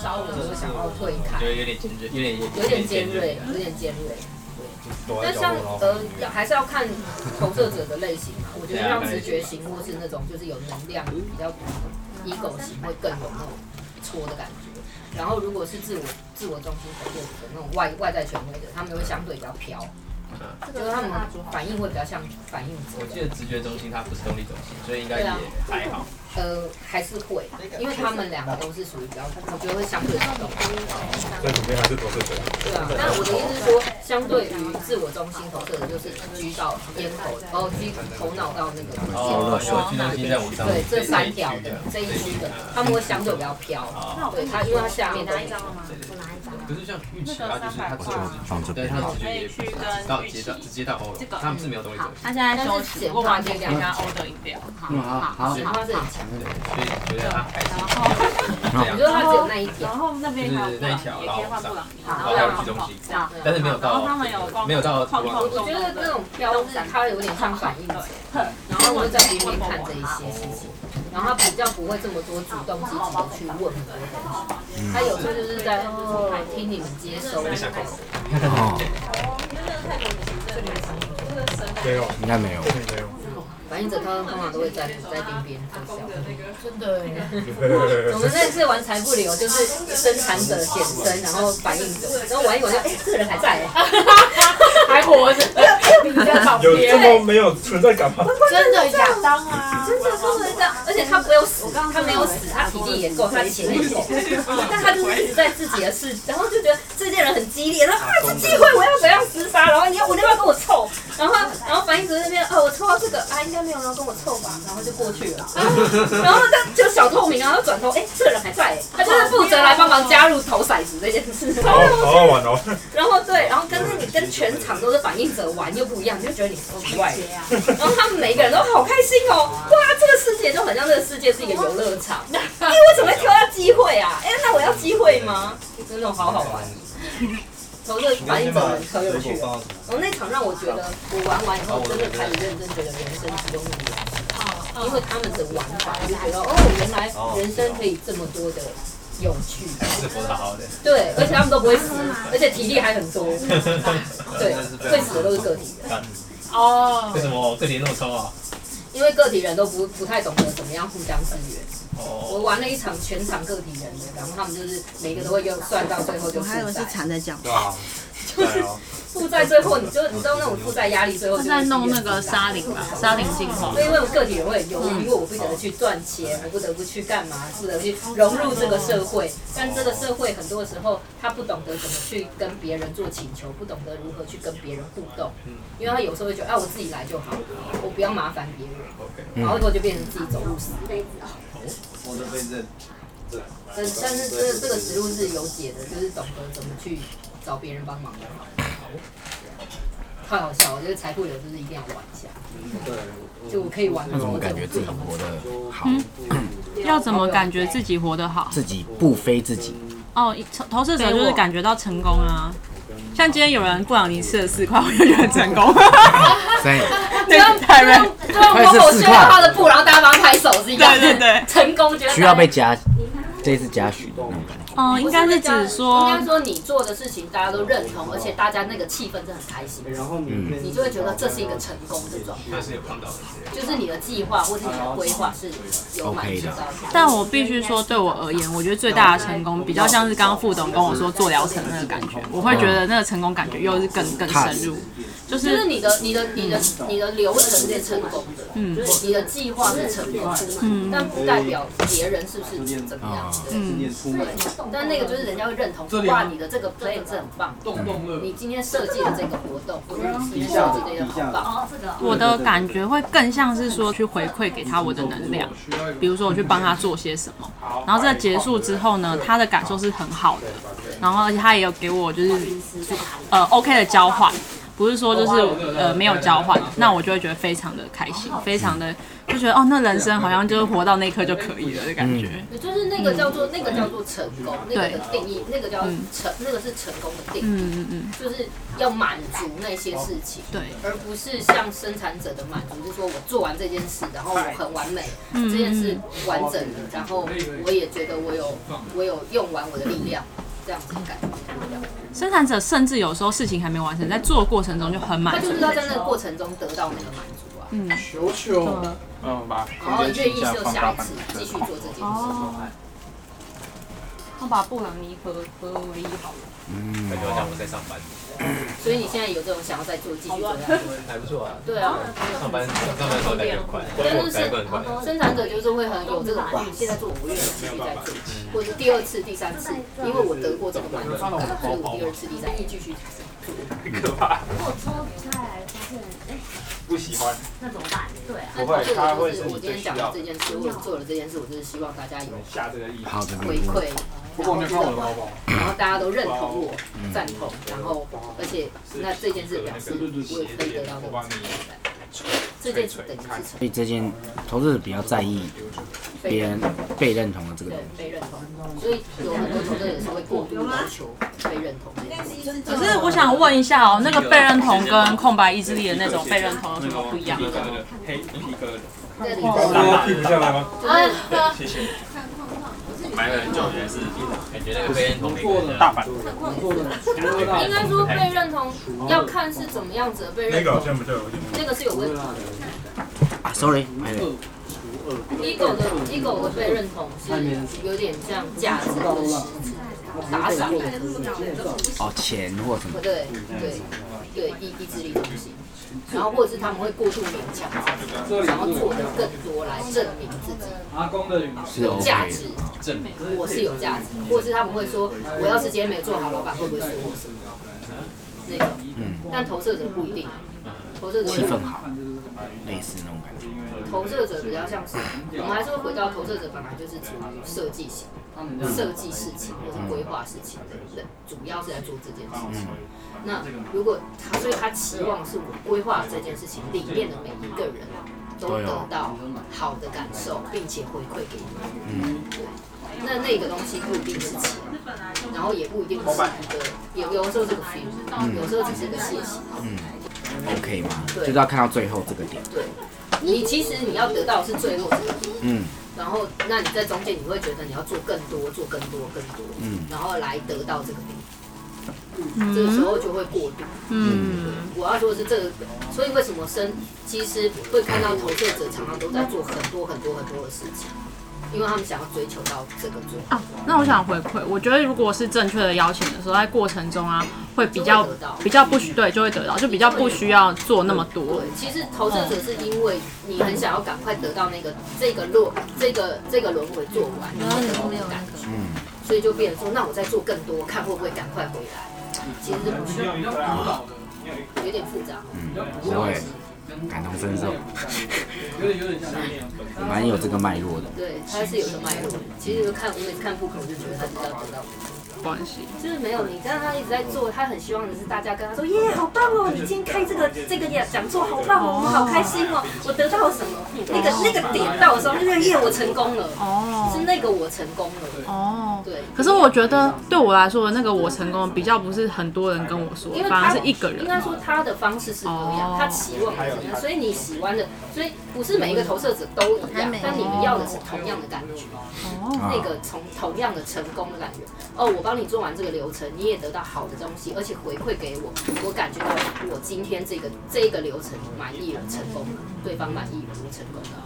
想要退开，就有点尖锐，有点有点尖锐，有点尖锐。躲在但角像落然后呃，要还是要看投射者的类型嘛。我觉得像直觉型或是那种就是有能量比较 ego 型会更有那种戳的感觉。然后如果是自我自我中心投射者那种外外在权威的，他们会相对比较飘，就是他们反应会比较像反应我者记。得直觉中心它不是动力中心，所以应该也对啊还好。呃，还是会，因为他们两个都是属于比较，我觉得会相对比较动。在里面还是躲着谁？对啊，但我的意思是说，相对于自我中心投射的，就是居到咽喉，哦，居头脑到那个哦，有居中心在我上对面，这三条的这一区的，他们会相对比较飘。啊，哦对它，因为它下面你都拿一是张了吗？对对我拿一张。可是像预期它就是它只有放这对边它好直。觉也不是直到接到直接到喉咙，他们是没有动力中心，他现在休息，过完就给他 order 饮料。好嗯好好好，好显化是很强。对，所以觉得它还是我这觉得样，它只有那一条， 然后那边还有布朗尼，也可以换布朗尼，然后还然后还有有居跑中跑心这样。但是没有然到后他们有逛没有到逛逛我觉得那种飘是它有点像反应者，然后我在边边看这一些事情，然后它比较不会这么多主动积极的去问很多东西，它有时候就是在听你们接收。我在想狗狗，哦，没有，应该没有。这里没有。反应者他们通常都会在在边边偷笑。真的耶。我我们那次玩财富流，就是生产者显身，然后反应者，然后玩一玩就，哎、这个人还在、哎还活 着， 有这么没有存在感吗？真的亚当啊！真的说成这样，而且他没有死，他没有死，他体力也够，他钱也够，但他就是一直在自己的事，然后就觉得这件人很激烈，然后啊，这机会我要怎样厮杀，然后你要我要不要跟我凑，然后然后反应者那边，哦，我抽到这个啊，应该没有人要跟我凑吧，然后就过去了，然后他就小透明，然后转头，哎，这人还在，他就是负责来帮忙加入投骰子这件事，好好好玩哦！然后对，然后跟那你跟全场都是反应者玩又不一样，你就觉得你是奇怪的。然后他们每个人都好开心哦，哇，这个世界就很像这个世界是一个游乐场。哎，我怎么会挑到机会啊？哎，那我要机会吗？真的好好玩。投射反应者很可有趣了。然后那场让我觉得，我玩完以后真的开始认真觉得人生只有你玩。因为他们的玩法，我就觉得哦，原来人生可以这么多的有趣。是活得好好的，对，而且他们都不会死，而且体力还很多。 对，会死的都是个体人，干哦为，什么我个体那么抽啊？因为个体人都不不太懂得怎么样互相支援。我哦，玩了一场全场个体人的，然后他们就是每个都会用算到最后就我负还以为是债，缠着讲，对啊，就是啊负债最后你就你知道那种负债压力最后他就是在弄那个沙林吧，沙林进化所。以因为我个体人会很犹豫，因为我不得不去赚钱，我不得不去干嘛，不得不去融入这个社会。但这个社会很多的时候，他不懂得怎么去跟别人做请求，不懂得如何去跟别人互动，因为他有时候会觉得，啊，我自己来就好，我不要麻烦别人，然后最后就变成自己走入死路。我的被认，但但是这这个实路是有解的，就是懂得怎么去找别人帮忙的。太好笑了，我觉得财富流就是一定要玩一下，对，就我可以玩那各怎么种感觉自己不同活得好？要怎么感觉自己活得好？自己不非自己，哦，一投投射者就是感觉到成功啊。像今天有人布朗尼吃了四块，我就觉得成 功。所以 对对 就用某某宣告他的布，然后大家帮他拍手是一样的。对对对，成功觉得需要被嘉，这次嘉许的那种感觉。哦，应该是指应说该说你做的事情大家都认同，而且大家那个气氛真的很开心，然后嗯明天你就会觉得这是一个成功的状态，那是有碰到的事。就是你的计划或是你的规划是有满足到的。但我必须说，对我而言，我觉得最大的成功比较像是刚刚副总跟我说做疗程那个感觉，我会觉得那个成功感觉又是更更深入，就就是是你的、你的、你的、你的流程是成功的，嗯，你的计划是成功的，嗯但不代表别人是不是怎么样，对。嗯，出门对，但那个就是人家会认同，哇，你的这个 plan 是很棒，动动乐，你今天设计的这个活动，或者你今天设计的也很棒，哦，这个哦。我的感觉会更像是说去回馈给他我的能量，比如说我去帮他做些什么，然后这个结束之后呢，他的感受是很好的，然后而且他也有给我就是呃 OK 的交换，不是说就是呃没有交换，那我就会觉得非常的开心，非常的就觉得哦，那人生好像就是活到那一刻就可以了的感觉。就是那个叫嗯做那个叫做成功，那个的定义，那个叫嗯成，那个是成功的定义，嗯嗯嗯，就是要满足那些事情，对，而不是像生产者的满足，就是说我做完这件事，然后我很完美，嗯嗯这件事完整的，然后我也觉得我有我有用完我的力量，这样子的感觉不一样。生产者甚至有时候事情还没完成，在做的过程中就很他满就足是。要在那个过程中得到那个满足啊，嗯，球球，嗯，把然空后间愿倾意向就放下大一版次本继续做这件事。哦，我把布朗尼合合为一好了。嗯感，觉好像我在上班，所以你现在有这种想要再做继续做下去，还不错啊。对啊，上班上班的时候感觉很快，但是感觉很快。生产者就是会很有这种，嗯现在做我愿意继续再做，或者是第二次、第三次，因为我得过这个满足感，所以我第二次、第三次继续做。可怕，我抽开来发现，哎、不喜欢。那怎么办？对啊，那不会这他个会就是是你我今最天讲需要的这件事，我做了这件事，我就是希望大家有下这个意。好的，回馈，不过然后你这看我的个包包，然后大家都认同我、赞同，然后而且那这件事表示我也可以得到这个满足感，这件事等于是成所以这件投资者比较在意被别认人被认同的这个对被东认同，所以有很多投资人是会过度要求被认同这件事情。可是我想问一下哦，那个被认同跟空白意志力的那种被认同有什么不一样？黑皮革的，这里把它屁股下来吗？啊，谢谢。买了很久，原来是感觉那个被认同的一个大阪，应该说被认同要看是怎么样子的被那认个好同，像比较有点。那个是有问题的。西啊，sorry，拍了 ego 的 ego 的被认同是有点像价值和实质打赏。哦，钱或什么，对对对意意志力的东西，然后或者是他们会过度勉强自己，想要做的更多来证明自己阿公的语是有价 OK 值的，证明，我是有价值，或者是他们会说，我要是今天没做好，老板会不会说我什么？那个，嗯，但投射者不一定，投射者气氛好，类似那种感觉。投射者比较像是，我们还是会回到投射者本来就是主要设计型、设计事情或是规划事情的人，主要是在做这件事嗯情。那如果他，所以他期望是我规划这件事情里面的每一个人都对得哦到好的感受，并且回馈给你。啊嗯，那那个东西不一定是钱，然后也不一定是一个，有有时候是个 feel，有时候只是个谢谢。嗯，OK 吗？对就是要看到最后这个点。对，你其实你要得到的是最后这个。嗯然后，那你在中间你会觉得你要做更多，做更多，更多，嗯然后来得到这个点，这个时候就会过度。嗯，我要说的是这个，所以为什么生其实会看到投射者常常都在做很多很多很多的事情，因为他们想要追求到这个最好。啊，那我想回馈，我觉得如果是正确的邀请的时候，在过程中啊，会比较就会得到比较不需对，就会得到，就比较不需要做那么多对。，其实投射者是因为你很想要赶快得到那个这个轮这个这个轮回做完，然后得到感觉，嗯，所以就变成说，那我再做更多，看会不会赶快回来。其实是不需要，有点复杂。嗯不会感同身受，蛮有这个脉络的。对，它是有一个脉络的。其实就看我每次看布克，我就觉得他知道知道，关系，就是没有你，但他一直在做，他很希望的是大家跟他说，耶，好棒哦，你今天开这个这个讲讲座好棒哦，我好开心哦，我得到了什么？那个那个点到的时候，就是耶，我成功了，哦是那个我成功了，哦。对。可是我觉得对我来说，那个我成功比较不是很多人跟我说因，为反他而是一个人应。该说他的方式是这样哦，他期望是这样，所以你喜欢的，所以不是每一个投射者都一样，但你们要的是同样的感觉。啊那个从同样的成功的感觉，哦，我帮你做完这个流程，你也得到好的东西，而且回馈给我，我感觉到我今天这个这个流程满意了，成功了，对方满意了，我成功了。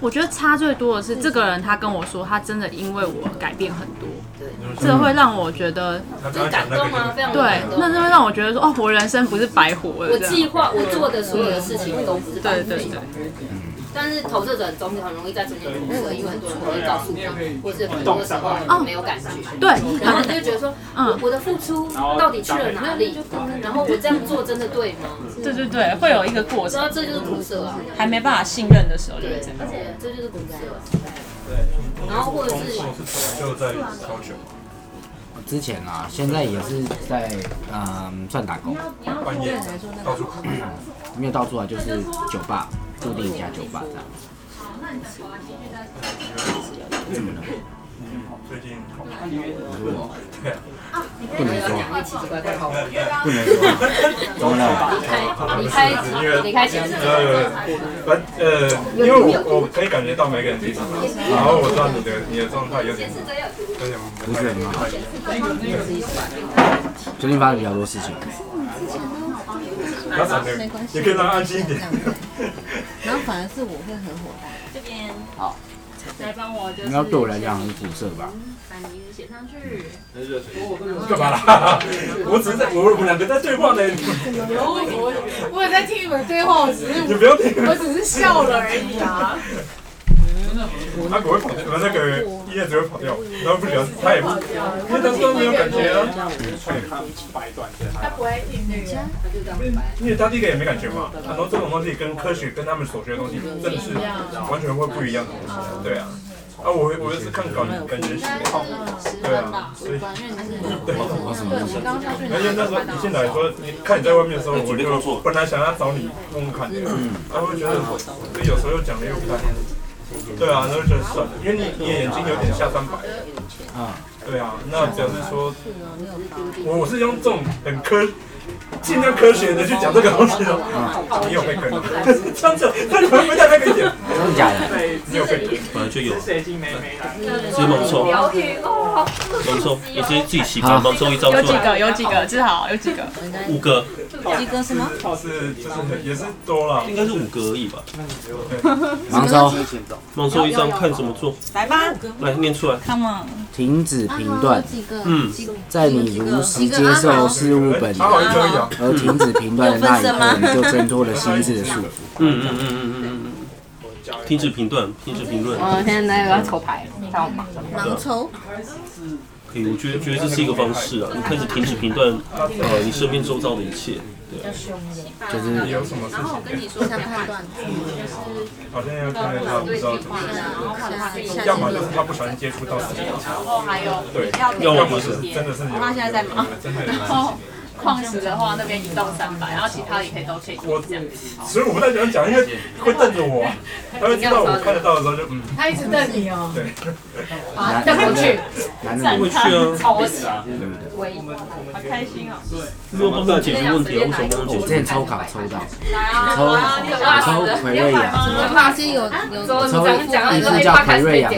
我觉得差最多的是这个人，他跟我说，他真的因为我改变很多，对，这会让我觉得，他刚就是感刚讲那动啊，个非常的对感，那动。就会让我觉得说，哦，我人生不是白活我了这计样。划我做的所有的事情都不是白对费对对，但是投射者很中很容易在中间堵塞，因为很多人会告诉你，或是很多时候没有感觉。对，然后你就觉得说，哦嗯我我的付出哦到底去了哪里？然后我这样做真的对吗？对对对，会有一个过知程，道这就是苦涩啊，还没办法信任的时候就对会这，样。而且这就是苦涩。然后或者是就在高雄，之前啊，现在也是在嗯算打工，半夜到处跑。没有到处啊，就是酒吧固定一家酒吧这样。怎么了？嗯你最近好吗？ 对啊，不能说，讲一奇奇怪怪好玩。不能说，怎么了？离开离开因为离开先生，呃，反呃，因为我我可以感觉到每个人立场，然后我知道你的你的状态有点有点不不太是很好。最近发生比较多事情，不要闪人，也可以让他安静一点。然后反而是我会很火大。这边来帮我，就是应该对我来讲很苦涩吧？把名字写上去，干嘛啦？我只是在，我我们两个在对话呢，你我我有在听你们对话，我只是不要听。我只是笑了而已啊。他不会跑掉，那个叶子会跑掉，然后不聊，他也不，因为当时都没有感觉啊，看白短的他不会听那个，因为他第一个也没感觉嘛，然后这种东西跟科学跟他们所学的东西真的是完全会不一样的东西，对啊。啊，我我就是看稿感觉写好，对啊，所以对。而且那时候你进来说，你看你在外面的时候，我就本来想要找你问问看的，然后会觉得，所以有时候讲的又不太好，对啊，那就觉得算了，因为你你眼睛有点下三白，啊，对啊，那表示说，我我是用这种很科，尽量科学的去讲这个东西的，你有被坑了，这样子，那你会不会太那个一点？真的假的？对，你有被坑，本来就有是，谁金梅梅来？是浓缩，疗愈哦，浓缩，也是自己洗澡浓缩一招有出几来，个，有几个，至少有几个。五个，鸡哥什么？是就是很也是多了，应该是五个而已吧。忙收，浓缩一张看怎么做，来吧，来念出来。 Come 停止评断，几个？嗯，在你如实接受事物本他好源像可以啊，而停止评断的那一刻，你就挣脱了心智的束缚。嗯嗯嗯嗯嗯嗯。停止评断，停止评论，我现在那个要抽牌，看我吗？盲抽，可以，我觉得觉得这是一个方式啊。你开始停止评断，呃，你身边周遭的一切，对啊，就是有什么事情？想判断，好像要看他不知道怎么样，下要么就是他不小心接触到什么，对，要要么么就是是真的是你。妈现在在忙，真的。 on，矿石的话，那边移动三百，然后其他也可以都可以。我，所以我不太想讲，因为会瞪着我，他会知道我看得到的时候就嗯，他一直瞪你哦。对，男再回去，男人会去啊，超喜对不对？微好开心哦！没有办法解决问题啊，为什么不能我解之决？前抽卡抽到，抽啊你有辣死我抽了奎瑞亚，我发现有有之后你刚刚讲到你说哎，八开始点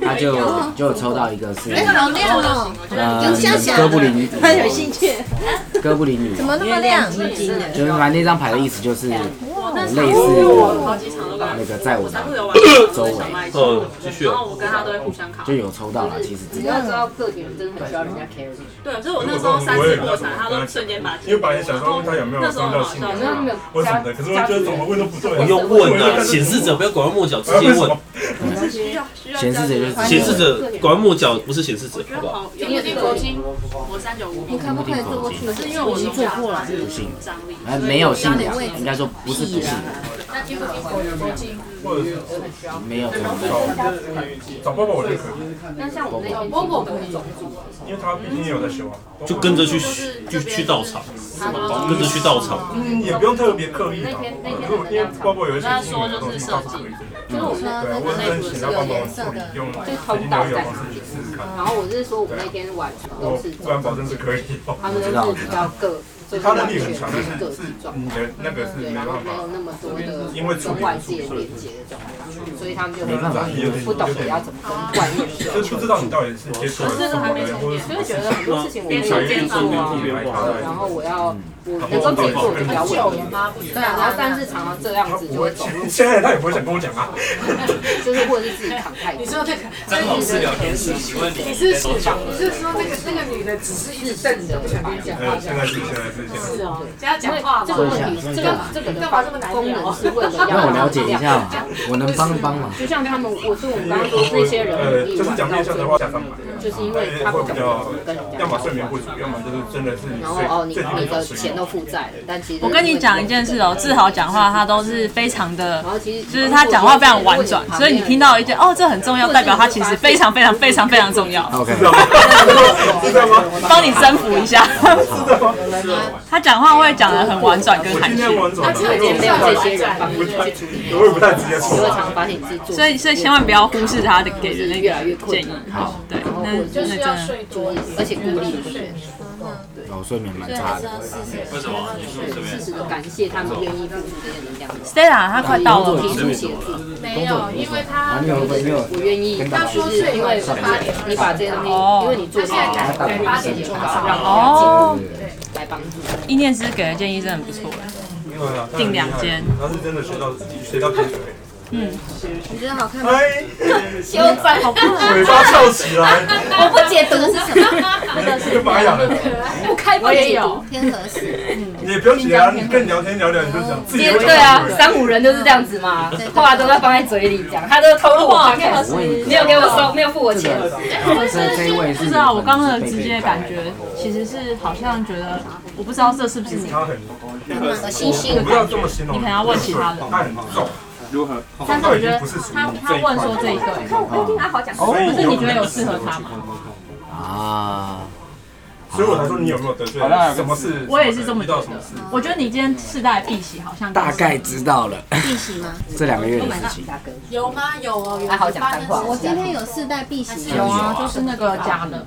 他就就有抽到一个是好亮哦，呃有下下哥布林，很有兴趣，哥布林女怎王，么那么亮？就是反正那张牌的意思就是类似那个在我的周围呃，继续啊。就有抽到了，其实只你要知道个别人真的很需要人家 carry，我那时候三次破产，他都瞬间把，因为本来想说问他有没有伤到心好像没有或什么的，可是我觉得怎么问都不对，不用问啊，显示者不要拐弯抹角，直接问。嗯显示者就是显示者拐弯抹角不是显示嗯者，好不好？因为这个你可不可以坐过去？是因为我已经坐过了，不信，呃没有信仰，应该说不是不信，或者是没有找爸爸我就可以，那像我们那波波跟种族，因为他毕竟也有在修啊，就跟着去就去道场，跟着去道场。嗯，也不用特别刻意啊，如果因为爸爸有一些心理的东西，倒是可以就是我们对，我真请他帮忙处理，用已经有方式去试试看，然后我是说我们那天晚我啊都是不然保证是可以。他们都是比较个，就是他完能力全很强，但是个是体是状你态，的那个是嗯对，没然办后法没，有那么多的因为处跟理外不界出连接的状态，所以他们就不懂得要怎么跟外面去就是不知道你到底是接触了什么人，或者是所以觉得很多事情我越们想有越接做触越啊特，别然好。后我要我嗯能够自己做，我就比较稳定。对啊，然后但是常常这样他子不就会会走讲，入， 现在他也不会想跟我讲啊。就是或者是自己躺太久。你说那个，张老师聊天室，请问你你是在多久你了？是说那个那个女的只是一直瞪着，不想跟你讲话呃，现在是现在是现在是，哦？只要讲话这个问题，这个这个的功能是为了要让我了解一下嘛，我能帮帮忙。就像他们，我是我们刚刚说这些人呃，很容易就是玩讲到面最向的后话，，下三百。就是因为他不懂得怎么跟人要家么交睡眠换。不足，要么就是真的是你然后睡哦，你最近你没有的睡钱都负债了，但其实我跟你讲一件事哦，志豪讲话他都是非常的然，后其实就是他讲话非常婉转，所以你听到一点哦，这很重要，代表他其实非常非常非常非常重要， OK，是这样吗？帮你征服一下。他讲话会讲的很婉转跟我含今蓄，天晚上没有这些人帮你去处理，我也不太直接你会错，常发现你自己做，所以所以千万不要忽视他的给的那越来越个困建议难。。好，对，然后那或者那就是真的注意，而且孤立不是。我睡眠蛮差的。为什么？啊你说这适边时的感谢他们愿意付出这些能量的 Stella 他快到了，提出协助。工作因为他没有没有我愿意，跟但大是家因为你把这些东西，因为你做到了，八点钟上让大家哦进，步来帮助。意念师给的建议真的很不错，对啊订两间，他是真的学到学到精髓，你觉得好看吗？哎，修正，好不尾巴翘起来，我不解读是什么，这个玛雅的，不开不解读。天河市，你也不用解啊，你跟你聊天聊聊，你就想自己也会对啊，三五人就是这样子嘛，话都要放在嘴里讲，他都偷录我 podcast，没有给我收，没有付我这钱。个这这一位不是知道我刚刚的直接感觉哦其实是好像觉得，我不知道这是不是你，他很，星星我不要这么形容，你可能要问其他人他很重，如何？但是都我已觉经得不是属于他他问说这一个，哦我听阿豪讲，所不以是你觉得有适合他吗？啊，所以我才说你有没有得罪人？什么事？我也是这么遇觉到得什么事？。我觉得你今天世代碧玺好像大概知道了碧玺吗？这两个月 Oh 的事情。有吗？有哦，有。阿豪讲干话，我今天有四代碧玺有啊，吗？就是那个假的，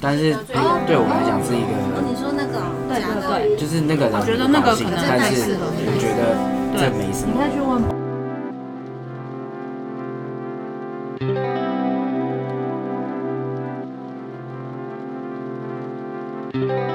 但是对对我来讲是一个，你说那个对假对的对，就是那个人哦觉得那个很高兴可能但太是适合我觉得这没什么你。再去问。我